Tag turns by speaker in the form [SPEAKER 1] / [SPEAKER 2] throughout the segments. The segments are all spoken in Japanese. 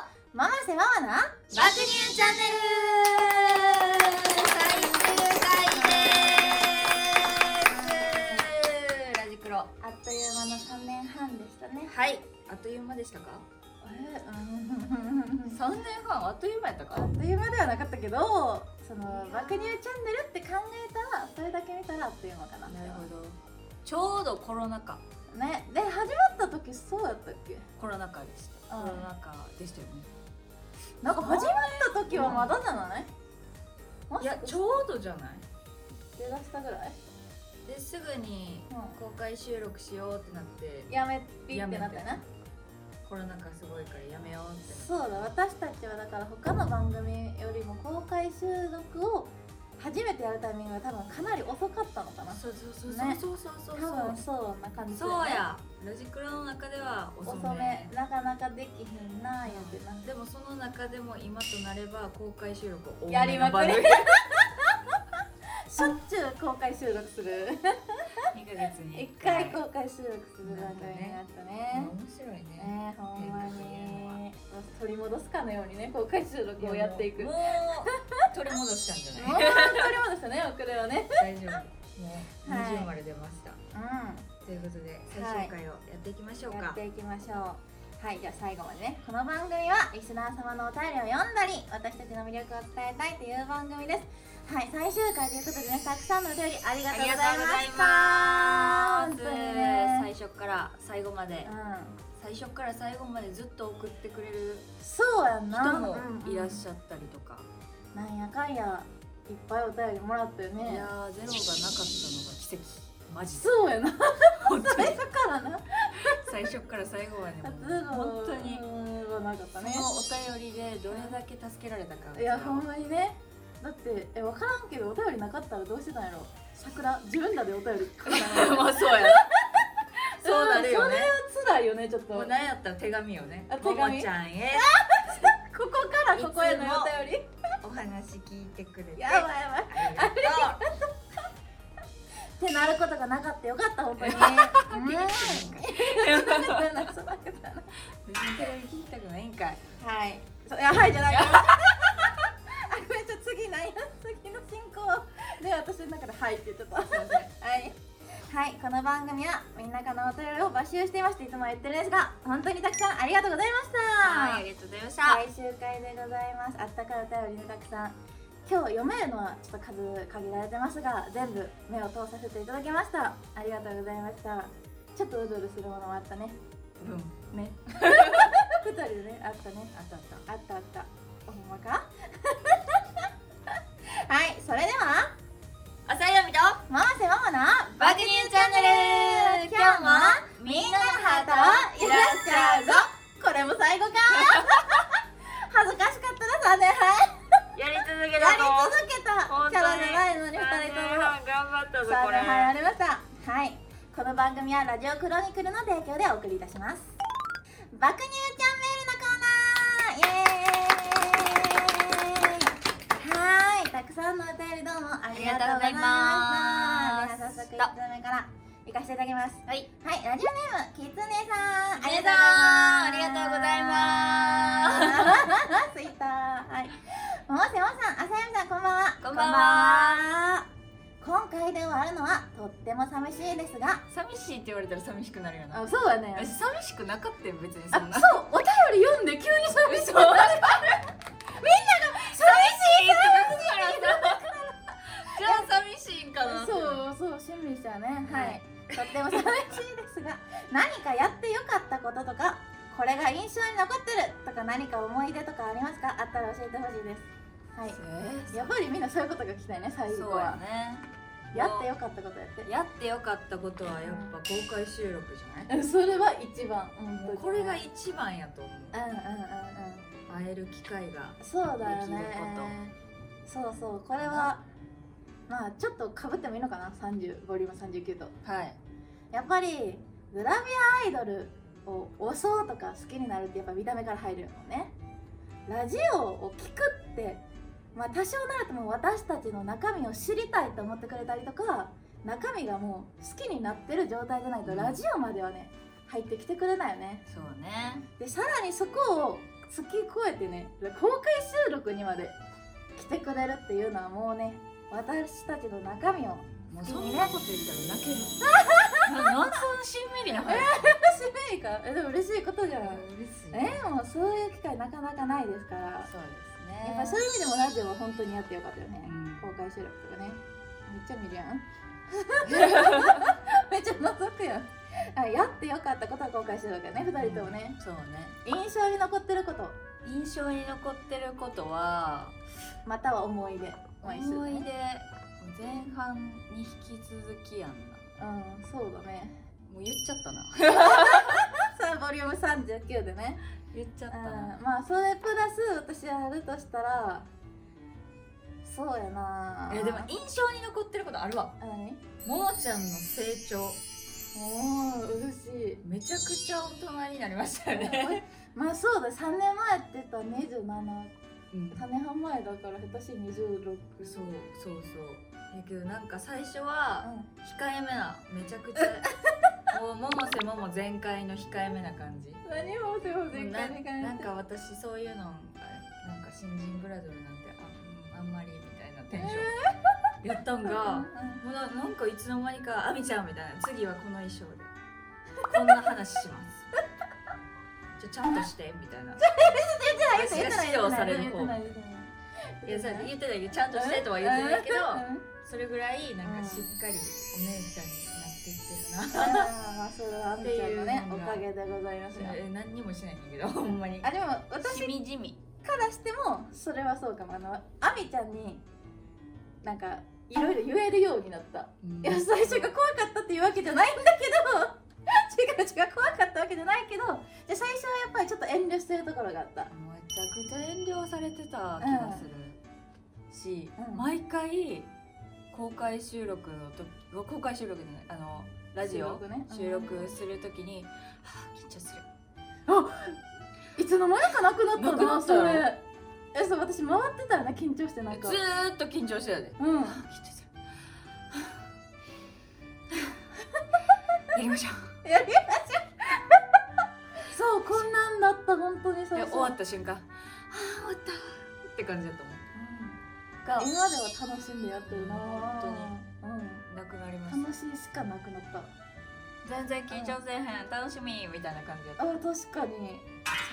[SPEAKER 1] 爆
[SPEAKER 2] 瀬ママな
[SPEAKER 1] 乳チャンネル最終回ですラジクロ
[SPEAKER 2] あっという間の3年半でしたね
[SPEAKER 1] はいあっという間でしたか
[SPEAKER 2] えうん
[SPEAKER 1] 3年半あっという間やった
[SPEAKER 2] あ
[SPEAKER 1] か
[SPEAKER 2] っという間ではなかったけどその爆乳チャンネルって考えたらそれだけ見たらあっという間かなって
[SPEAKER 1] どちょうどコロナ禍
[SPEAKER 2] ねで始まった時そうだったっけ
[SPEAKER 1] コロナ禍でした
[SPEAKER 2] うん
[SPEAKER 1] コロナ禍でしたよね
[SPEAKER 2] なんか始まった時はまだじゃないも
[SPEAKER 1] い
[SPEAKER 2] し
[SPEAKER 1] や
[SPEAKER 2] か
[SPEAKER 1] ち
[SPEAKER 2] し
[SPEAKER 1] ょうどじゃない
[SPEAKER 2] て出したぐらい、
[SPEAKER 1] ですぐに公開収録しようってなって
[SPEAKER 2] やめピってなったよな
[SPEAKER 1] コロナ禍すごいからやめようってなって
[SPEAKER 2] そうだ私たちはだから他の番組よりも公開収録を初めてやるタイミングが多分かなり遅かったのかな
[SPEAKER 1] そうそうそう
[SPEAKER 2] ね
[SPEAKER 1] そうそうそうそう
[SPEAKER 2] 多分そうな感じだ
[SPEAKER 1] そ
[SPEAKER 2] よ
[SPEAKER 1] う
[SPEAKER 2] ね
[SPEAKER 1] やラジクラの中では遅め
[SPEAKER 2] 遅めなかなかできひんなあ言ってな
[SPEAKER 1] でもその中でも今となれば公開収録を
[SPEAKER 2] やりまくり
[SPEAKER 1] 2
[SPEAKER 2] しょっちゅう公開収録する
[SPEAKER 1] ヶ月に
[SPEAKER 2] 一
[SPEAKER 1] 1回
[SPEAKER 2] 回公開収録する番組になったね
[SPEAKER 1] 面白いね
[SPEAKER 2] ねえほんま
[SPEAKER 1] 変革いうのは
[SPEAKER 2] に取り戻すかのようにね公開収録をやっていく
[SPEAKER 1] も
[SPEAKER 2] も
[SPEAKER 1] うも
[SPEAKER 2] う
[SPEAKER 1] う取り戻したんじゃない
[SPEAKER 2] 取り戻したね遅れをね
[SPEAKER 1] 大丈夫もう
[SPEAKER 2] はい
[SPEAKER 1] 20まで出ました、
[SPEAKER 2] うん
[SPEAKER 1] ということで最終回をやっていきましょうか、
[SPEAKER 2] やっていきましょうはいじゃあ最後までねこの番組はリスナー様のお便りを読んだり私たちの魅力を伝えたいという番組ですはい最終回ということでねたくさんのお便りありが
[SPEAKER 1] あ
[SPEAKER 2] と
[SPEAKER 1] り
[SPEAKER 2] うござい
[SPEAKER 1] が
[SPEAKER 2] ま
[SPEAKER 1] とう
[SPEAKER 2] し
[SPEAKER 1] ご
[SPEAKER 2] た
[SPEAKER 1] ざいます最初から最後まで、
[SPEAKER 2] 本当にねうん
[SPEAKER 1] 最初から最後までずっと送ってくれる
[SPEAKER 2] そうやんな
[SPEAKER 1] 人もいらっ
[SPEAKER 2] ゃ
[SPEAKER 1] しゃったりとか、
[SPEAKER 2] る、なんやかんやいっぱいお便りもらったよ
[SPEAKER 1] い
[SPEAKER 2] ね
[SPEAKER 1] やーゼロがなかったのが奇跡マジで
[SPEAKER 2] そうやな
[SPEAKER 1] 本当に
[SPEAKER 2] だからな
[SPEAKER 1] 最初から最後まで も
[SPEAKER 2] ゼロ
[SPEAKER 1] 本当に
[SPEAKER 2] はなかった
[SPEAKER 1] そ
[SPEAKER 2] ね
[SPEAKER 1] のお便りでどれだけ助けられたか
[SPEAKER 2] いやほん
[SPEAKER 1] ま
[SPEAKER 2] まにねだってえ分からんけどお便りなかったらどうしてたんやろ桜自分らでお便り書 いたの
[SPEAKER 1] あそうやそうなるよね
[SPEAKER 2] 辛いよねちょっと
[SPEAKER 1] も
[SPEAKER 2] こ
[SPEAKER 1] う何やったら手紙をね
[SPEAKER 2] あ手
[SPEAKER 1] も
[SPEAKER 2] 紙
[SPEAKER 1] もちゃんへ
[SPEAKER 2] こからここへのお便り
[SPEAKER 1] お話聞いてくれて
[SPEAKER 2] やばい
[SPEAKER 1] あ
[SPEAKER 2] やばいっ
[SPEAKER 1] りがと
[SPEAKER 2] てなることがなかったよかった本当にうん
[SPEAKER 1] う
[SPEAKER 2] なんかそうだけどな
[SPEAKER 1] 別に手紙聞きたくないんかい
[SPEAKER 2] はいそうい やはいじゃないあごめんちょっと次ない 次の進行で私の中で「はい」って言っちゃったはいはい、この番組はみんなからのお便りを募集していましていつも言ってるんですが本当にたくさんありがとうございました
[SPEAKER 1] はいありがとうございました
[SPEAKER 2] 最終回でございますあったかいお便りねたくさん今日読めるのはちょっと数限られてますが全部目を通させていただきましたありがとうございましたちょっとうずうずするものもあったね
[SPEAKER 1] うん
[SPEAKER 2] ね 二人でねあったね
[SPEAKER 1] あったあった
[SPEAKER 2] あったあったほんまか はいそれでは
[SPEAKER 1] 浅井亜美と
[SPEAKER 2] ママせママの
[SPEAKER 1] 爆乳チャンネル
[SPEAKER 2] 今日もみんなのハートをいらっしゃるぞこれも 最後か恥ずかしかったな3年半
[SPEAKER 1] やり続け
[SPEAKER 2] や
[SPEAKER 1] た
[SPEAKER 2] り
[SPEAKER 1] ぞ
[SPEAKER 2] 続けたキャラじゃないのに2人とも
[SPEAKER 1] 頑張ったぞ
[SPEAKER 2] さあ
[SPEAKER 1] これ
[SPEAKER 2] 入られましたはいこの番組はラジオクロニクルの提供でお送りいたします爆乳チャンネルのコーナーイエーイはーいたくさんのお便りどうもありがとうございま
[SPEAKER 1] ありがとうございます
[SPEAKER 2] すでは早速1つ目から行かせていただきます
[SPEAKER 1] はい
[SPEAKER 2] はいラジオネームきつねさん
[SPEAKER 1] ありがとうございます
[SPEAKER 2] すツイッターはいもせもさんあさやみさんこんばんは
[SPEAKER 1] こんばん
[SPEAKER 2] は今回で終わるのはとっても寂しいですが
[SPEAKER 1] 寂しいって言われたら寂しくなるよな
[SPEAKER 2] そうだね
[SPEAKER 1] 私寂しくなかったよ別にそんな
[SPEAKER 2] そうお便り読んで急に 寂しいみんなが寂しい
[SPEAKER 1] じゃあ寂しいんかな
[SPEAKER 2] そうそう趣味じゃねは
[SPEAKER 1] はいい
[SPEAKER 2] とっても寂しいですが何かやってよかったこととかこれが印象に残ってるとか何か思い出とかありますかあったら教えてほしいですはいやっぱりみんなそういうことが聞きたいね最後
[SPEAKER 1] そうや
[SPEAKER 2] は、
[SPEAKER 1] ね
[SPEAKER 2] やってよかったことやって
[SPEAKER 1] やってよかったことはやっぱ公開収録じゃない
[SPEAKER 2] それは一番
[SPEAKER 1] もうこれが
[SPEAKER 2] い
[SPEAKER 1] 一番やと思う
[SPEAKER 2] うんうんうんうん
[SPEAKER 1] 会える機会が
[SPEAKER 2] そうだ
[SPEAKER 1] で
[SPEAKER 2] よね
[SPEAKER 1] きる
[SPEAKER 2] そうそうこれはまあちょっとかぶってもいいのかな30ボリューム39と
[SPEAKER 1] はい
[SPEAKER 2] やっぱりグラビアアイドルを推そうとか好きになるってやっぱ見た目から入るもんねラジオを聞くってまあ多少なるとも私たちの中身を知りたいと思ってくれたりとか中身がもう好きになってる状態じゃないとラジオまではね入ってきてくれないよね
[SPEAKER 1] そうね
[SPEAKER 2] でさらにそこを月超えてね公開収録にまで来てくれるっていうのはもうね私たちの中身を
[SPEAKER 1] もうそんなこと言ったら泣ける なんでそんなしんみりな話
[SPEAKER 2] 使命感えでも 嬉しいことじゃない
[SPEAKER 1] 嬉しい
[SPEAKER 2] えもうそういう機会なかなかないですからやっ
[SPEAKER 1] そうですね
[SPEAKER 2] ぱそういう意味でもラジオは本当にやってよかったよね
[SPEAKER 1] うん
[SPEAKER 2] 公開収録とかねめっちゃ見るやん めっちゃ覗くやんあやってよかったことは公開収録やね2人ともね、
[SPEAKER 1] そうね
[SPEAKER 2] 印象に残ってること
[SPEAKER 1] 印象に残ってることは
[SPEAKER 2] または思い出まあ一緒
[SPEAKER 1] 思
[SPEAKER 2] だ
[SPEAKER 1] い出
[SPEAKER 2] ね
[SPEAKER 1] 前半に引き続きやんな
[SPEAKER 2] うんそうだね
[SPEAKER 1] もう言っちゃったな
[SPEAKER 2] さあボリューム39でね
[SPEAKER 1] 言っちゃったな
[SPEAKER 2] うんまあそれプラス私やるとしたらそうやな
[SPEAKER 1] えでも印象に残ってることあるわ
[SPEAKER 2] あ何
[SPEAKER 1] ももちゃんの成長
[SPEAKER 2] おお嬉しい
[SPEAKER 1] めちゃくちゃ大人になりましたよね、
[SPEAKER 2] まあそうだ3年前って言ったら27
[SPEAKER 1] うん、
[SPEAKER 2] 種半前だから下手しい26
[SPEAKER 1] そうそうそうやけどなんか最初は
[SPEAKER 2] う
[SPEAKER 1] 控えめなめちゃくちゃ もう百瀬もも全開の控えめな感じ
[SPEAKER 2] ん何をでも全
[SPEAKER 1] な
[SPEAKER 2] 開に
[SPEAKER 1] な
[SPEAKER 2] 感
[SPEAKER 1] ん
[SPEAKER 2] じ
[SPEAKER 1] か私そういうのがなんか新人ブラジルなんてああんまりみたいなテンションやったん
[SPEAKER 2] うん
[SPEAKER 1] が、もうななんかいつの間にか「あみちゃん」みたいな「次はこの衣装でこんな話します」ちょ「ちゃんとして」みたいな
[SPEAKER 2] 言ってない
[SPEAKER 1] 私が指導される方
[SPEAKER 2] 言ってない
[SPEAKER 1] いやさ
[SPEAKER 2] 言ってない
[SPEAKER 1] 言ってたけど「ちゃんとして」とは言ってないけど
[SPEAKER 2] うんうん
[SPEAKER 1] それぐらいなんかしっかりお姉ちゃんになっていってるな
[SPEAKER 2] あーそれはあみちゃんのね
[SPEAKER 1] ってい
[SPEAKER 2] お
[SPEAKER 1] うのが
[SPEAKER 2] かげでございますよ
[SPEAKER 1] え何にもしないんだけどほんまに
[SPEAKER 2] あでも私
[SPEAKER 1] しみじみ
[SPEAKER 2] からしてもそれはそうかもあのあみちゃんになんかいろいろ言えるようになったいや最初が怖かったっていうわけじゃないんだけど 違う違う怖かったわけじゃないけどで最初はやっぱりちょっと遠慮してるところがあった
[SPEAKER 1] めちゃくちゃ遠慮されてた気がするし、
[SPEAKER 2] うん
[SPEAKER 1] 毎回公開収録の時公開収録じゃないあのラジオ
[SPEAKER 2] 収録ね
[SPEAKER 1] 収録するときに、はあ、緊張する
[SPEAKER 2] いつの間にかなくなった
[SPEAKER 1] な
[SPEAKER 2] の
[SPEAKER 1] く
[SPEAKER 2] か
[SPEAKER 1] な
[SPEAKER 2] な
[SPEAKER 1] った
[SPEAKER 2] そ
[SPEAKER 1] よ
[SPEAKER 2] れえそう私回ってたらな緊張してなんか
[SPEAKER 1] ずーっと緊張してたで
[SPEAKER 2] うん
[SPEAKER 1] はあ緊張するはあはあやりましょう
[SPEAKER 2] やりましょうそうこんなんだった本当に最
[SPEAKER 1] で
[SPEAKER 2] 初
[SPEAKER 1] 終わった瞬間「はあ終わった」って感じだと思
[SPEAKER 2] が今までは楽しんでやってるな
[SPEAKER 1] 本当に
[SPEAKER 2] う
[SPEAKER 1] うなくなりま
[SPEAKER 2] ん、
[SPEAKER 1] し
[SPEAKER 2] 楽しいしかなくなった
[SPEAKER 1] た全然緊張せえへん楽しみみたいな感じだった
[SPEAKER 2] あー確かに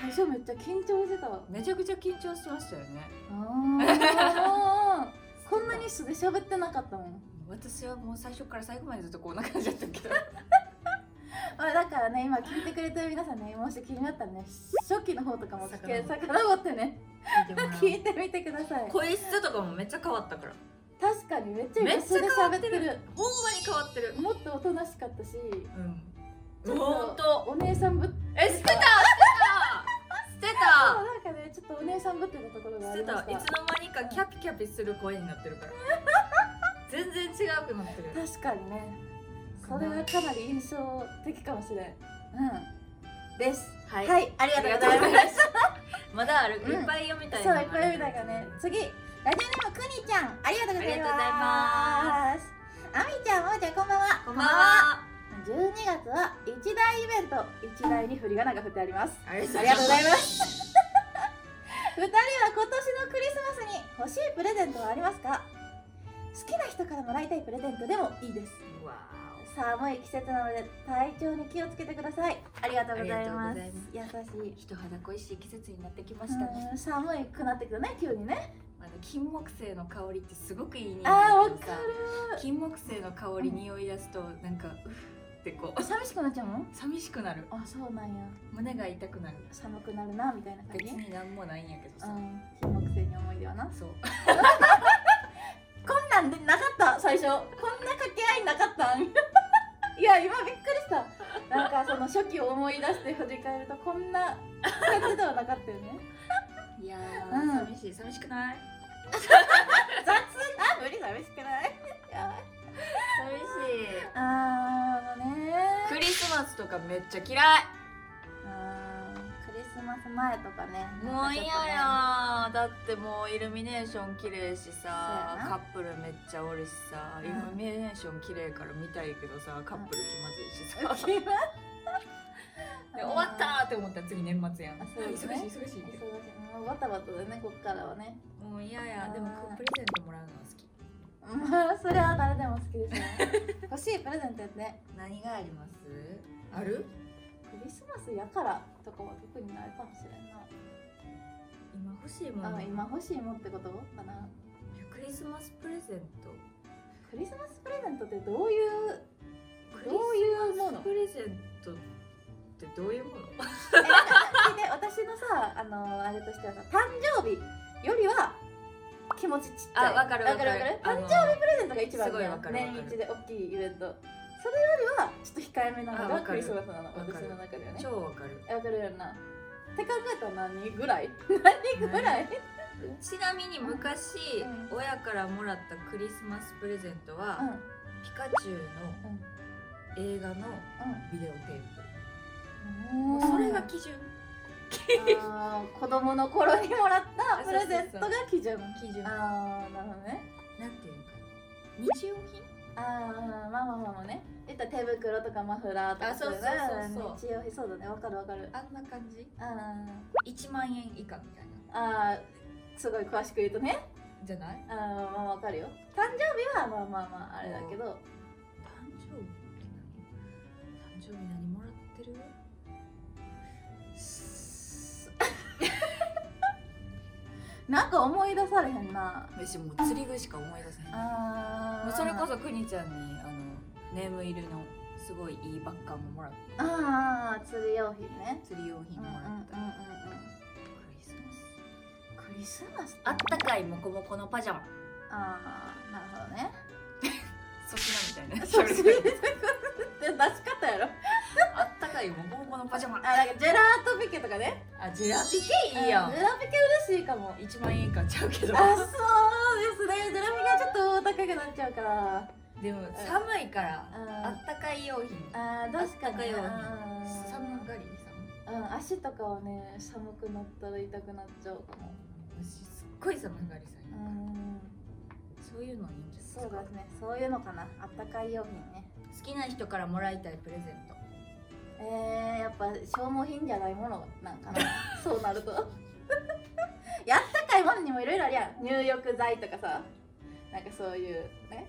[SPEAKER 2] 最初めっちゃ緊張してたわ
[SPEAKER 1] めちゃくちゃ緊張してましたよね
[SPEAKER 2] あー こんなに素で喋ってなかったもん
[SPEAKER 1] 私はもう最初から最後までずっとこんな感じだったけど
[SPEAKER 2] まあだからね今聞いてくれてる皆さんねもし気になったらね初期の方とかも聞け
[SPEAKER 1] 遡
[SPEAKER 2] さかのぼってね聞いてみてください
[SPEAKER 1] 声質とかもめっちゃ変わったから
[SPEAKER 2] 確かにめっちゃ
[SPEAKER 1] めっ
[SPEAKER 2] 今
[SPEAKER 1] ちゃ
[SPEAKER 2] 素で
[SPEAKER 1] 変わ
[SPEAKER 2] 喋
[SPEAKER 1] っ
[SPEAKER 2] ってて
[SPEAKER 1] る
[SPEAKER 2] る
[SPEAKER 1] ほんまに変わってる
[SPEAKER 2] もっとおとなしかったしち
[SPEAKER 1] うん
[SPEAKER 2] ょっと
[SPEAKER 1] ほんと
[SPEAKER 2] お姉さんぶっ
[SPEAKER 1] え捨てた捨てた捨て
[SPEAKER 2] あ
[SPEAKER 1] た
[SPEAKER 2] なんかねちょっとお姉さんぶってたところが
[SPEAKER 1] 捨
[SPEAKER 2] あ
[SPEAKER 1] て
[SPEAKER 2] りま
[SPEAKER 1] た
[SPEAKER 2] した
[SPEAKER 1] いつの間にかキャピキャピする声になってるから全然違うくなってる
[SPEAKER 2] 確かにねそれはかなり印象的かもしれんうんです
[SPEAKER 1] は、
[SPEAKER 2] はいい、
[SPEAKER 1] はい、
[SPEAKER 2] あり
[SPEAKER 1] ありがとうございますまだあるいっぱい読みたい
[SPEAKER 2] そ
[SPEAKER 1] な
[SPEAKER 2] ういっぱい見たからね次ラジオネームくにちゃんありがとうございますあみちゃんもーちゃんこんばんは
[SPEAKER 1] こんばんは
[SPEAKER 2] 12月は一大イベント一大に振り仮名が振ってあります
[SPEAKER 1] あり
[SPEAKER 2] ありがとうございますす二人は今年のクリスマスに欲しいプレゼントはありますか好きな人からもらいたいプレゼントでもいいです
[SPEAKER 1] わ
[SPEAKER 2] 寒い季節なので体調に気をつけてくださいありがとうございます
[SPEAKER 1] ありがとうご
[SPEAKER 2] 優し
[SPEAKER 1] ー人肌恋しい季節になってきましたね
[SPEAKER 2] い寒いくなってくるね急にね
[SPEAKER 1] あの金木犀の香りってすごくいい匂い
[SPEAKER 2] あー
[SPEAKER 1] だ
[SPEAKER 2] わ
[SPEAKER 1] けど
[SPEAKER 2] か
[SPEAKER 1] さ
[SPEAKER 2] る
[SPEAKER 1] 金木犀の香り匂い出すとなんかうっってこう
[SPEAKER 2] 寂しくなっちゃうの
[SPEAKER 1] 寂しくなる
[SPEAKER 2] あそうなんや
[SPEAKER 1] 胸が痛くなる
[SPEAKER 2] 寒くなるなみたいな感じ
[SPEAKER 1] 別になんもないんやけど
[SPEAKER 2] う
[SPEAKER 1] さ、
[SPEAKER 2] ん金木犀に思い出はな
[SPEAKER 1] そう
[SPEAKER 2] こんなんでなかった最初こんな掛け合いなかった いや今びっくりしたなんかその初期を思い出して振り返るとこんな感じではなかったよね
[SPEAKER 1] いや
[SPEAKER 2] ー
[SPEAKER 1] 寂しい寂しくない
[SPEAKER 2] 雑な無理寂しくないいや
[SPEAKER 1] 寂しい
[SPEAKER 2] あーもうね
[SPEAKER 1] クリスマスとかめっちゃ嫌
[SPEAKER 2] あークリスマス前とかね
[SPEAKER 1] いもう嫌
[SPEAKER 2] な
[SPEAKER 1] や
[SPEAKER 2] んか
[SPEAKER 1] だってもうイルミネーション綺麗し
[SPEAKER 2] そう
[SPEAKER 1] さ
[SPEAKER 2] やな
[SPEAKER 1] カップルめっちゃおるしさ
[SPEAKER 2] うん
[SPEAKER 1] イルミネーション綺麗から見たいけどさカップル気まずいし
[SPEAKER 2] ちょっ
[SPEAKER 1] さ
[SPEAKER 2] とね気ま
[SPEAKER 1] で 終わったーって思ったら次年末やん、
[SPEAKER 2] あそうですね
[SPEAKER 1] 忙しい忙しいって
[SPEAKER 2] 忙しいもうバタバタでねこっからはね
[SPEAKER 1] もう嫌やでもこうプレゼントもらうのは好き
[SPEAKER 2] まあそれは誰でも好きですね欲しいプレゼントやってね
[SPEAKER 1] 何がありますある
[SPEAKER 2] クリスマスやからとかは特にないかもしれんな
[SPEAKER 1] 今欲しいもの
[SPEAKER 2] あ今欲しいもんってことかない
[SPEAKER 1] やクリスマスプレゼント
[SPEAKER 2] クリスマスプレゼントってどういう
[SPEAKER 1] クリ
[SPEAKER 2] どういうも
[SPEAKER 1] スマ
[SPEAKER 2] の
[SPEAKER 1] スプレゼントってどういうもの
[SPEAKER 2] えなんかで私のさあのあれとしてはさ誕生日よりは気持ちちっち ゃい
[SPEAKER 1] あわかるわかる
[SPEAKER 2] わかる
[SPEAKER 1] あ
[SPEAKER 2] 誕
[SPEAKER 1] の
[SPEAKER 2] 生日プレゼントが一番
[SPEAKER 1] すごいわかるわか
[SPEAKER 2] 年
[SPEAKER 1] る
[SPEAKER 2] 一で大きいイベントそれよりはちょっと控えめなの
[SPEAKER 1] あ
[SPEAKER 2] が
[SPEAKER 1] わか
[SPEAKER 2] ク
[SPEAKER 1] る
[SPEAKER 2] リスマスなの
[SPEAKER 1] かる
[SPEAKER 2] 私の中ではね
[SPEAKER 1] 超わかる
[SPEAKER 2] えわかるよなって考えたら何ぐらい何ぐらい
[SPEAKER 1] ちなみに昔、
[SPEAKER 2] う
[SPEAKER 1] 親からもらったクリスマスプレゼントは、
[SPEAKER 2] うん
[SPEAKER 1] ピカチュウの映画のビデオテープ、
[SPEAKER 2] うん
[SPEAKER 1] もうそれが基準
[SPEAKER 2] あー 子供の頃にもらったプレゼントが基準
[SPEAKER 1] 基準なん
[SPEAKER 2] ああなるほどね
[SPEAKER 1] ていうのかな日用品
[SPEAKER 2] ああまあまあまあまあね言ったら手袋とかマフラーとか
[SPEAKER 1] あそうそうそうそう
[SPEAKER 2] そう日用品そうだねわかるわかる
[SPEAKER 1] あんな感じ
[SPEAKER 2] あ
[SPEAKER 1] 1万円以下みたいな
[SPEAKER 2] ーあーすごい詳しく言うとね
[SPEAKER 1] じゃない
[SPEAKER 2] あーまあわかるよ誕生日はまあまあまああれだけど
[SPEAKER 1] 誕生日って何誕生日何もらってる
[SPEAKER 2] なんか思い出されへんな
[SPEAKER 1] 私もう釣り具しか思い出せへん
[SPEAKER 2] あ
[SPEAKER 1] もう
[SPEAKER 2] ー
[SPEAKER 1] それこそくにちゃんにあのネーム入りのすごいいいバッカーももらっ
[SPEAKER 2] ああ釣り用品ね
[SPEAKER 1] た釣り用品もらった、
[SPEAKER 2] うんうんうん
[SPEAKER 1] クリスマス
[SPEAKER 2] うんクリスマス
[SPEAKER 1] あったかいモコモコのパジャマ
[SPEAKER 2] ああなるほどね
[SPEAKER 1] 粗品みた いな
[SPEAKER 2] そうそういうことって出し方やろ
[SPEAKER 1] あったかいモコモコのパジャマ
[SPEAKER 2] あなんかジェラートピケとかね
[SPEAKER 1] あジェラピケいいや
[SPEAKER 2] うんジェラーピケ嬉しいか も
[SPEAKER 1] 1万円以下ちゃうけど
[SPEAKER 2] あそうですねジェラミがちょっと高くなっちゃうから
[SPEAKER 1] でも寒いからあ
[SPEAKER 2] あ
[SPEAKER 1] ったかい用品
[SPEAKER 2] あー確かに
[SPEAKER 1] あった
[SPEAKER 2] ね
[SPEAKER 1] かいわね
[SPEAKER 2] うん
[SPEAKER 1] 寒がりさん
[SPEAKER 2] うん足とかはね寒くなったら痛くなっちゃうかも
[SPEAKER 1] 私すっごい寒がりさん
[SPEAKER 2] う
[SPEAKER 1] やから
[SPEAKER 2] ん
[SPEAKER 1] そういうのいいんじゃないですか
[SPEAKER 2] そうですねそういうのかなあったかい用品ね
[SPEAKER 1] 好きな人からもらいたいプレゼント
[SPEAKER 2] えー、やっぱ消耗品じゃないものなん かなそうなるといやあったかいものにもいろいろあるやん入浴剤とかさなんかそういうね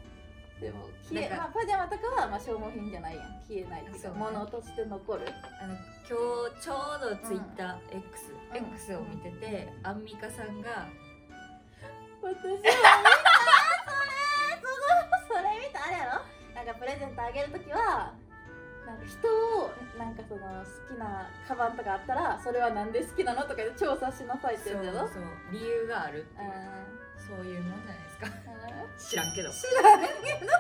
[SPEAKER 2] でも消え、
[SPEAKER 1] なん
[SPEAKER 2] ま
[SPEAKER 1] か
[SPEAKER 2] あ、パジャマとかはまあ消耗品じゃないやん消えないっていうか
[SPEAKER 1] そうね
[SPEAKER 2] 物として残る
[SPEAKER 1] あの今日ちょうどツイッター X、
[SPEAKER 2] うん
[SPEAKER 1] X を見てて、アンミカさんが
[SPEAKER 2] 私は見たそれそのそれ見たあれやろなんかプレゼントあげるときはなんか人をなんかその好きなカバンとかあったらそれはなんで好きなのとかで調査しなさいって
[SPEAKER 1] そう
[SPEAKER 2] 言うんだろ
[SPEAKER 1] そう理由があるっていう
[SPEAKER 2] う
[SPEAKER 1] そういうもんじゃないですか
[SPEAKER 2] ん
[SPEAKER 1] 知らん
[SPEAKER 2] うん
[SPEAKER 1] け ど
[SPEAKER 2] 知らんけど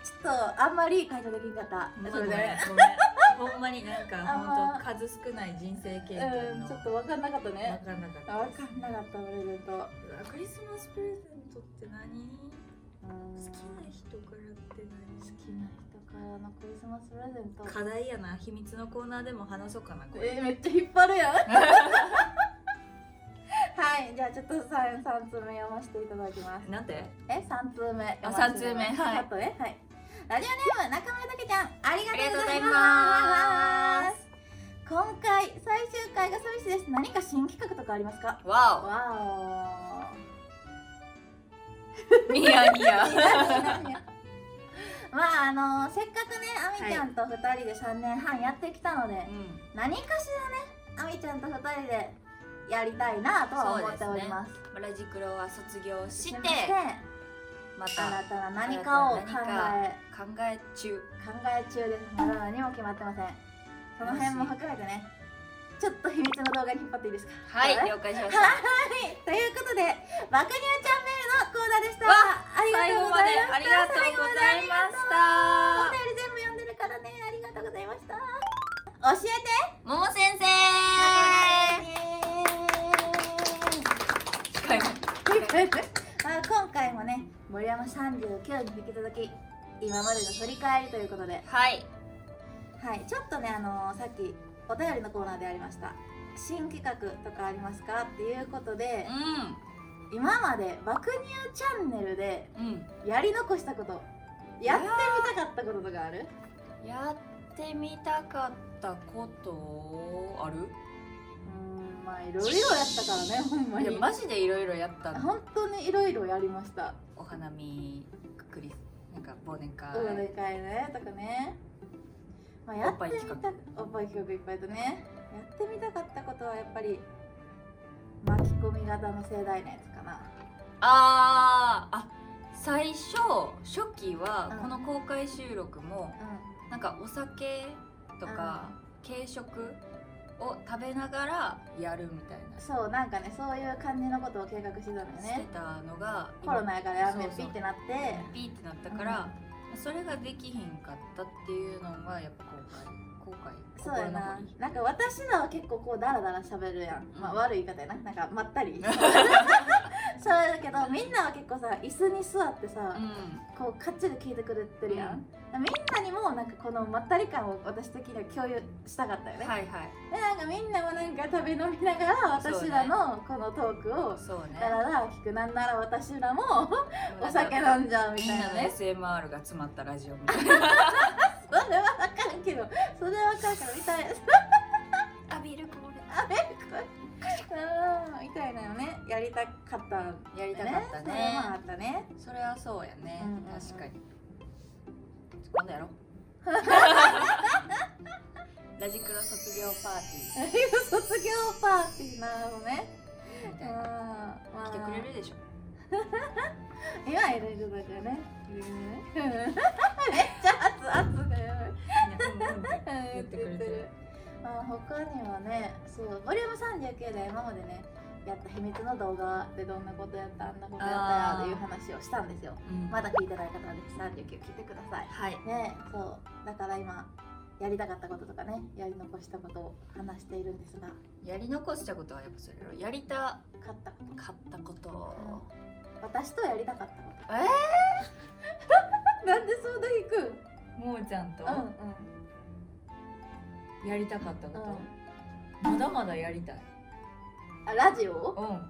[SPEAKER 2] ちょっとあんまり回答できんかった
[SPEAKER 1] まあ
[SPEAKER 2] それで
[SPEAKER 1] ごめんほんまになんか
[SPEAKER 2] あんま
[SPEAKER 1] 本当数少ない人生経験
[SPEAKER 2] うん
[SPEAKER 1] の
[SPEAKER 2] ちょっと分かんなかった
[SPEAKER 1] 分
[SPEAKER 2] ね
[SPEAKER 1] かんなかった
[SPEAKER 2] 分
[SPEAKER 1] です
[SPEAKER 2] かんなかったプレゼント
[SPEAKER 1] うわクリスマスプレゼントって何好き
[SPEAKER 2] 好
[SPEAKER 1] な人からって
[SPEAKER 2] 好きな人からのクリスマスプレゼント
[SPEAKER 1] 何課題やな秘密のコーナーでも話そうかなこれ
[SPEAKER 2] えーめっちゃ引っ張る やんはいじゃあちょっと三三通目読ませていただきます
[SPEAKER 1] なんて
[SPEAKER 2] え三通目
[SPEAKER 1] あ三通目
[SPEAKER 2] 読ませてただき
[SPEAKER 1] はい
[SPEAKER 2] ますあとねはいラジオネーム中村たけちゃんありがとうござい
[SPEAKER 1] あ
[SPEAKER 2] ます今回最終回が寂しいです何か新企画とかありますか
[SPEAKER 1] わ
[SPEAKER 2] わ
[SPEAKER 1] おニヤニ
[SPEAKER 2] お
[SPEAKER 1] ヤ
[SPEAKER 2] まああのせっかくねあみちゃんと二人で三年半やってきたので、
[SPEAKER 1] うん
[SPEAKER 2] 何かしらねあみちゃんと二人でやりたいなとは思っております
[SPEAKER 1] ブラジクロは卒業して
[SPEAKER 2] そして
[SPEAKER 1] ま
[SPEAKER 2] 新
[SPEAKER 1] た
[SPEAKER 2] たな何かを考
[SPEAKER 1] 新たな
[SPEAKER 2] え
[SPEAKER 1] 考え中
[SPEAKER 2] 考え中ですまだ何も決まってませんその辺も含めてねちょっと秘密の動画に引っ張っていいですか
[SPEAKER 1] はい了解しました
[SPEAKER 2] はいということで爆乳チャンネルのコーナーでした
[SPEAKER 1] わ
[SPEAKER 2] あり
[SPEAKER 1] 最
[SPEAKER 2] が
[SPEAKER 1] 後
[SPEAKER 2] とうご
[SPEAKER 1] ま
[SPEAKER 2] ざ
[SPEAKER 1] で
[SPEAKER 2] いま
[SPEAKER 1] あ
[SPEAKER 2] し
[SPEAKER 1] りがと
[SPEAKER 2] た
[SPEAKER 1] うございま
[SPEAKER 2] お
[SPEAKER 1] した
[SPEAKER 2] 便り全部読んでるからねありがとうございました教えて
[SPEAKER 1] もも先
[SPEAKER 2] イエーイ まあ、今回もね森山39に引き続き今までの振り返りということで、
[SPEAKER 1] はい
[SPEAKER 2] はい、ちょっとね、あのーさっきお便りのコーナーでありました新企画とかありますかっていうことで今まで「爆乳チャンネル」で
[SPEAKER 1] うんうん
[SPEAKER 2] やり残したことやってみたかったこととかある
[SPEAKER 1] やっ
[SPEAKER 3] ってみたかったことある
[SPEAKER 2] うんまあいろいろやっ たからねほんま
[SPEAKER 3] いや
[SPEAKER 2] に
[SPEAKER 3] マジでいろいろやったの
[SPEAKER 2] 本当にいろいろやりました
[SPEAKER 3] お花見クリスなんか忘年会
[SPEAKER 2] おでかいねとかね、まあ、やってみ
[SPEAKER 3] お
[SPEAKER 2] た
[SPEAKER 3] っぱい企
[SPEAKER 2] おっぱい企画いっぱいとねやってみたかったことはやっぱり巻き込み型の盛大なやつかな
[SPEAKER 3] あーあ最初初期は
[SPEAKER 2] うん
[SPEAKER 3] この公開収録も
[SPEAKER 2] う
[SPEAKER 3] なんかお酒とか軽食を食べながらやるみたい
[SPEAKER 2] ん
[SPEAKER 3] な
[SPEAKER 2] そうなんかねそういう感じのことを計画してたのよ
[SPEAKER 3] して
[SPEAKER 2] ね
[SPEAKER 3] たのが
[SPEAKER 2] コロナやからやめ
[SPEAKER 3] そう
[SPEAKER 2] ピ
[SPEAKER 3] そう
[SPEAKER 2] ってなって
[SPEAKER 3] ピーってなったから、それができひんかったっていうのがやっぱ後悔後
[SPEAKER 2] そう
[SPEAKER 3] 悔心
[SPEAKER 2] やな
[SPEAKER 3] 残り
[SPEAKER 2] なんか私らは結構こうダラダラ喋るやん、まあ
[SPEAKER 3] うん
[SPEAKER 2] 悪い言い方やななんかまったり そうだけどみんなは結構さ椅子に座ってさ、こうかっちり聞いてくれてるやん、みんなにもなんかこのまったり感を私的には共有したかったよ
[SPEAKER 3] うん
[SPEAKER 2] ね、
[SPEAKER 3] はいはい
[SPEAKER 2] でなんかみんなもなんか食べ飲みながら私らのこのトークを
[SPEAKER 3] そうね
[SPEAKER 2] だらだら聞くなんなら私らもお酒飲んじゃうみ
[SPEAKER 3] みん
[SPEAKER 2] たい
[SPEAKER 3] な
[SPEAKER 2] な
[SPEAKER 3] の
[SPEAKER 2] ね
[SPEAKER 3] SMR が詰まったラジオみたいな
[SPEAKER 2] それはわかるけどそれはわかるからみたいな
[SPEAKER 3] 浴びるこれ
[SPEAKER 2] あれこれうんみたいなのねやりたかったん
[SPEAKER 3] やりた
[SPEAKER 2] だね
[SPEAKER 3] かった
[SPEAKER 2] それはまああ
[SPEAKER 3] ね
[SPEAKER 2] ったね
[SPEAKER 3] それはそうやね、
[SPEAKER 2] うんうんうん
[SPEAKER 3] 確かに今度やろう ラジクロ卒業パーテ
[SPEAKER 2] 卒業パーティーなのね
[SPEAKER 3] ィーみ
[SPEAKER 2] う
[SPEAKER 3] た
[SPEAKER 2] ん
[SPEAKER 3] いな
[SPEAKER 2] まあ
[SPEAKER 3] 来てくれるでしょ
[SPEAKER 2] 今いるんだからね。 めっちゃ熱々だよ。
[SPEAKER 3] 言ってくれてる
[SPEAKER 2] まあ他にはね、そうボリューム三十九で今までねやった秘密の動画でどんなことやったあんなことやったやっていう話をしたんですよ。ま
[SPEAKER 3] だ
[SPEAKER 2] だ聞いてない方はぜひ三十九聞いてください。
[SPEAKER 3] はい
[SPEAKER 2] ね、そうだから今やりたかったこととかねやり残したことを話しているんですが、
[SPEAKER 3] やり残したことはやっぱそれやろやりた
[SPEAKER 2] 勝ったこと、
[SPEAKER 3] かったこと
[SPEAKER 2] 私とやりたかったこと。
[SPEAKER 3] え
[SPEAKER 2] えなんでそんな引くん？
[SPEAKER 1] もーちゃんと
[SPEAKER 2] うんうん。
[SPEAKER 1] やりたかったこと、まだまだやりたい
[SPEAKER 2] あラジオ
[SPEAKER 1] う
[SPEAKER 2] あ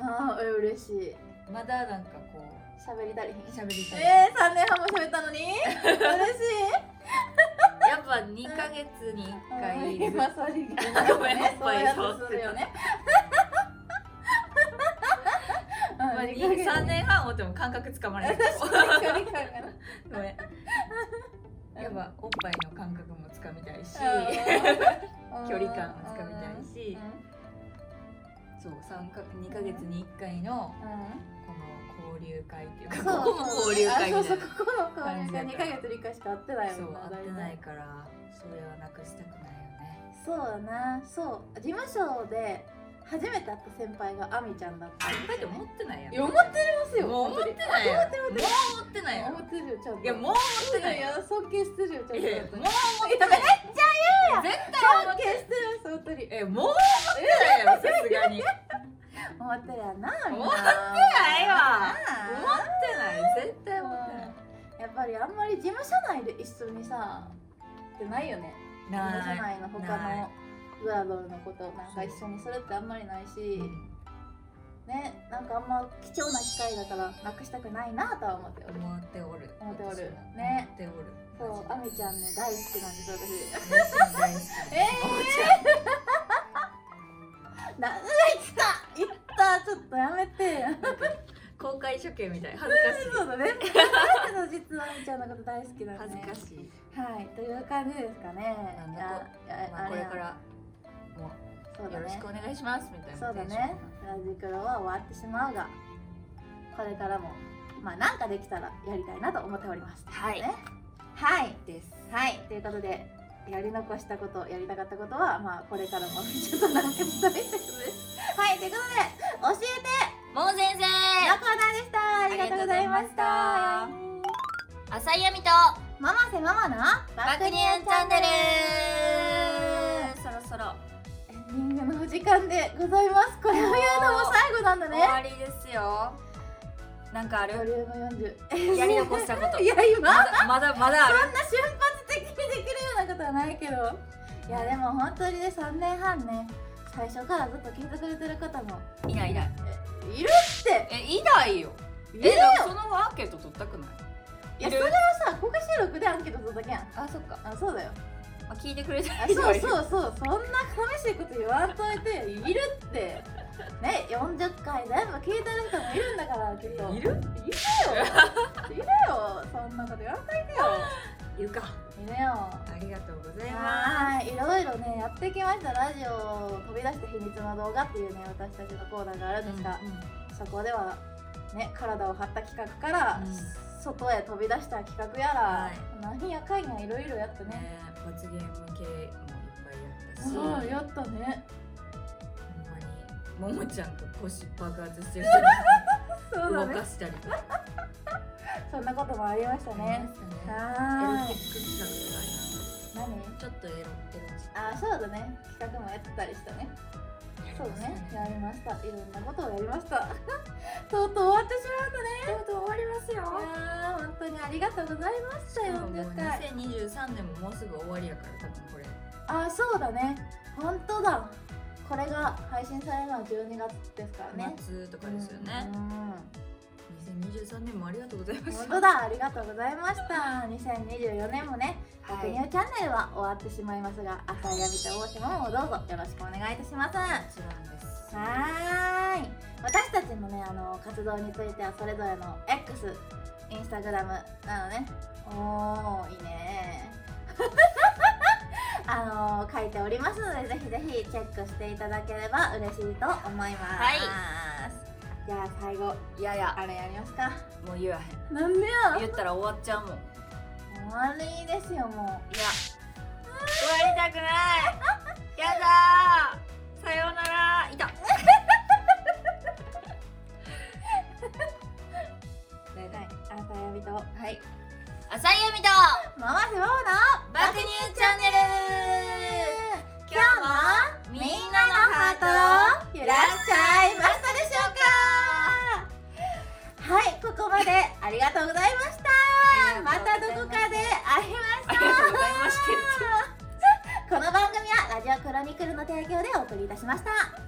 [SPEAKER 2] あ嬉しい
[SPEAKER 1] んまだなんかこう
[SPEAKER 2] 喋りたりへん
[SPEAKER 1] 喋りたい、
[SPEAKER 2] えー、3年半も喋ったのに嬉し
[SPEAKER 1] やっぱ2ヶ月に1回
[SPEAKER 2] い今そういう
[SPEAKER 1] ごめん
[SPEAKER 2] ねそういうや
[SPEAKER 1] おっぱい触って
[SPEAKER 2] つ
[SPEAKER 1] た
[SPEAKER 2] するよね
[SPEAKER 1] まあ、
[SPEAKER 2] うん二ヶ月
[SPEAKER 1] 3年半おっても感覚つかまれない
[SPEAKER 2] 確かに距離感がな
[SPEAKER 1] ごめんやっぱおっぱいの感覚もつかみたいし
[SPEAKER 2] うん
[SPEAKER 1] 距離感もつかみたいし
[SPEAKER 2] う
[SPEAKER 1] そう三か2ヶ月に1回の
[SPEAKER 2] んうん
[SPEAKER 1] この交流会っていう
[SPEAKER 2] そ
[SPEAKER 1] か
[SPEAKER 2] う
[SPEAKER 1] ここも交流会みたいな
[SPEAKER 2] あそうそうここも交流会
[SPEAKER 1] 感
[SPEAKER 2] 二
[SPEAKER 1] じだ
[SPEAKER 2] ヶ
[SPEAKER 1] から
[SPEAKER 2] 月理科しか会ってない
[SPEAKER 1] そ
[SPEAKER 2] もん
[SPEAKER 1] う
[SPEAKER 2] な
[SPEAKER 1] 会ってないからそれはなくしたくないよね
[SPEAKER 2] そうだなそう事務所で初めて会った先輩がアミちゃんだったん
[SPEAKER 1] 先
[SPEAKER 2] で
[SPEAKER 1] 輩っ
[SPEAKER 2] す
[SPEAKER 1] て
[SPEAKER 2] よ
[SPEAKER 1] 思ってな
[SPEAKER 2] ね
[SPEAKER 1] いやん
[SPEAKER 2] いや思ってますよ
[SPEAKER 1] もう思ってないやんもう思ってないやん
[SPEAKER 2] 思ってるよちゃんと
[SPEAKER 1] いやもう思ってない
[SPEAKER 2] い
[SPEAKER 1] やん
[SPEAKER 2] や尊敬してるよちゃんと
[SPEAKER 1] いやいやもう
[SPEAKER 2] 本
[SPEAKER 1] 思
[SPEAKER 2] 当に
[SPEAKER 1] ってないやん絶対思っ
[SPEAKER 2] 尊敬
[SPEAKER 1] て
[SPEAKER 2] し
[SPEAKER 1] な
[SPEAKER 2] て
[SPEAKER 1] い
[SPEAKER 2] るその時
[SPEAKER 1] えもう思ってないやろさすがに
[SPEAKER 2] 思ってるやなみんな
[SPEAKER 1] 思ってないわ思ってない絶対思ってない
[SPEAKER 2] やっぱりあんまり事務所内で一緒にさってないよね事務所
[SPEAKER 1] ない
[SPEAKER 2] 内の他
[SPEAKER 1] ない
[SPEAKER 2] のグラドルのことなんか一緒にするってあんまりないしねなんかあんま貴重な機会だからなくしたくないなとは思っておる
[SPEAKER 1] 思っておる
[SPEAKER 2] 思っておる
[SPEAKER 1] 私は
[SPEAKER 2] ね
[SPEAKER 1] 思っておる
[SPEAKER 2] そうあみちゃんね大好きなんですよ私
[SPEAKER 1] 大好き
[SPEAKER 2] えー、なうわいったいったちょっとやめて
[SPEAKER 1] 公開処刑みたい恥ずかしい
[SPEAKER 2] そうだね。そう実はあみちゃんのこと大好きなん
[SPEAKER 1] 恥
[SPEAKER 2] で、
[SPEAKER 1] ず
[SPEAKER 2] ね。
[SPEAKER 1] かしい、
[SPEAKER 2] はい、という感じですかね。
[SPEAKER 3] なんだ
[SPEAKER 2] ああ
[SPEAKER 3] まあ、
[SPEAKER 2] あ
[SPEAKER 3] こ
[SPEAKER 2] れ
[SPEAKER 3] れ
[SPEAKER 2] や
[SPEAKER 3] からも
[SPEAKER 2] そう
[SPEAKER 3] う
[SPEAKER 2] だ
[SPEAKER 3] よろし
[SPEAKER 2] ね
[SPEAKER 3] くお。願いしますみたいな
[SPEAKER 2] そうだ
[SPEAKER 3] テンションか
[SPEAKER 2] ね。ラジクロは終わってしまうが、これからもまあなんかできたらやりたいなと思っております。
[SPEAKER 3] なはい、
[SPEAKER 2] ねはい。
[SPEAKER 3] です
[SPEAKER 2] はい。ということで。やり残したこと、やりたかったことは、まあ、これからも ちょっとなんか伝えたいです。はい、ということで、教えて
[SPEAKER 3] もう先生
[SPEAKER 2] のコーナーでした。ありがとうございました
[SPEAKER 3] ありがとう。浅井亜美と
[SPEAKER 2] ママせママの
[SPEAKER 3] バ
[SPEAKER 2] 爆
[SPEAKER 3] クニュ
[SPEAKER 2] 乳
[SPEAKER 3] ー
[SPEAKER 2] チ
[SPEAKER 3] チ
[SPEAKER 2] ャ
[SPEAKER 3] ャ
[SPEAKER 2] ン
[SPEAKER 3] ン
[SPEAKER 2] ネ
[SPEAKER 3] ネ
[SPEAKER 2] ル
[SPEAKER 3] ルそろそろ
[SPEAKER 2] エンディングのお時間でございますこれを言うのも最後なんだ
[SPEAKER 3] 終
[SPEAKER 2] ね
[SPEAKER 3] わりですよなんかあ
[SPEAKER 2] ボリ
[SPEAKER 3] る
[SPEAKER 2] ューム40
[SPEAKER 3] やり残したこと
[SPEAKER 2] いや今
[SPEAKER 3] まだまだまだある
[SPEAKER 2] そんな瞬発的にできるようなことはないけどいやでも本当にね3年半ね最初からずっと聞いてくれてる方も
[SPEAKER 3] いないいない
[SPEAKER 2] いるって
[SPEAKER 3] えいないよ
[SPEAKER 2] いる
[SPEAKER 3] え
[SPEAKER 2] よ
[SPEAKER 3] なんかそのアンケート取ったくない
[SPEAKER 2] いやそれはさ公開収録でアンケート取ったけやん
[SPEAKER 3] あそっか
[SPEAKER 2] あそうだよ
[SPEAKER 3] あ聞いてくれて
[SPEAKER 2] あ
[SPEAKER 3] る人が
[SPEAKER 2] そう
[SPEAKER 3] いる
[SPEAKER 2] そうそうそんな寂しいこと言わんといているってね40回全部聞いてる人もいるんだからきっと
[SPEAKER 1] いる
[SPEAKER 2] いるよそんなこと言わんといてよ
[SPEAKER 1] いるか
[SPEAKER 2] いるよ
[SPEAKER 1] ありがとうございま
[SPEAKER 2] はい、いろいろねやってきましたラジオ飛び出して秘密の動画っていうね私たちのコーナーがある
[SPEAKER 1] す
[SPEAKER 2] んですが、
[SPEAKER 1] うんうん
[SPEAKER 2] そこではね体を張った企画から、
[SPEAKER 1] うん
[SPEAKER 2] 外へ飛び出した企画やら、
[SPEAKER 1] は
[SPEAKER 2] 何やかんやいろいろやってね、
[SPEAKER 1] ね罰ゲーム系もいっぱいやったし、ほ
[SPEAKER 2] そ
[SPEAKER 1] んま
[SPEAKER 2] うやったね
[SPEAKER 1] にももちゃんと腰爆発してる
[SPEAKER 2] そう
[SPEAKER 1] 動
[SPEAKER 2] だね
[SPEAKER 1] かしたりとか
[SPEAKER 2] そんなこともありました
[SPEAKER 1] あり
[SPEAKER 2] ね
[SPEAKER 1] ましたね
[SPEAKER 2] は
[SPEAKER 1] エロテ
[SPEAKER 2] ーい
[SPEAKER 1] ィック企画とかありました
[SPEAKER 2] 何
[SPEAKER 1] ちょっとエロエロ
[SPEAKER 2] あーそうだね企画もやってたりしたねそうだねやりましたいろんなことをやりました とうとう終わってしまったねとうとう終わりますよいやー本当にありがとうございましたよ
[SPEAKER 1] もう
[SPEAKER 2] 40回
[SPEAKER 1] 2023年ももうすぐ終わりやから多分これ
[SPEAKER 2] あそうだね本当だこれが配信されるのは12月ですからね
[SPEAKER 1] 夏とかですよね、
[SPEAKER 2] うんうん
[SPEAKER 1] 2023年もありがとうございました
[SPEAKER 2] 本当だありがとうございました2024年もね「
[SPEAKER 3] は
[SPEAKER 2] 爆
[SPEAKER 3] い
[SPEAKER 2] 乳チャンネル」は終わってしまいますが朝やびと大島もどうぞよろしくお願いいたしますは
[SPEAKER 1] もちろんです
[SPEAKER 2] ーい私たちのねあの活動についてはそれぞれの X インスタグラムなのねおーいいね あの書いておりますのでぜひぜひチェックしていただければ嬉しいと思います、
[SPEAKER 3] はい
[SPEAKER 2] じゃあ最後
[SPEAKER 3] いやいや
[SPEAKER 2] あれやりますか
[SPEAKER 3] もう言わ
[SPEAKER 2] なん
[SPEAKER 3] へ
[SPEAKER 2] で
[SPEAKER 3] ん
[SPEAKER 2] や
[SPEAKER 3] 言ったら終わっちゃうもんいや
[SPEAKER 2] 終わりですよも
[SPEAKER 3] 終わりたくないやだーさようならいた
[SPEAKER 2] うはい朝やびとはい
[SPEAKER 3] 朝ゆみと
[SPEAKER 2] ママセママの
[SPEAKER 3] 爆乳チャンネ
[SPEAKER 2] 今日もみんなのハートを揺らしちゃいましたでしょうかはいここまでありがとうございましたま
[SPEAKER 3] ありが
[SPEAKER 2] た
[SPEAKER 3] と
[SPEAKER 2] ど
[SPEAKER 3] うございます
[SPEAKER 2] こかで会いま
[SPEAKER 3] あ
[SPEAKER 2] し
[SPEAKER 3] り
[SPEAKER 2] ょ
[SPEAKER 3] が
[SPEAKER 2] う
[SPEAKER 3] とうございました
[SPEAKER 2] この番組はラジオクロニクルの提供でお送りいたしました。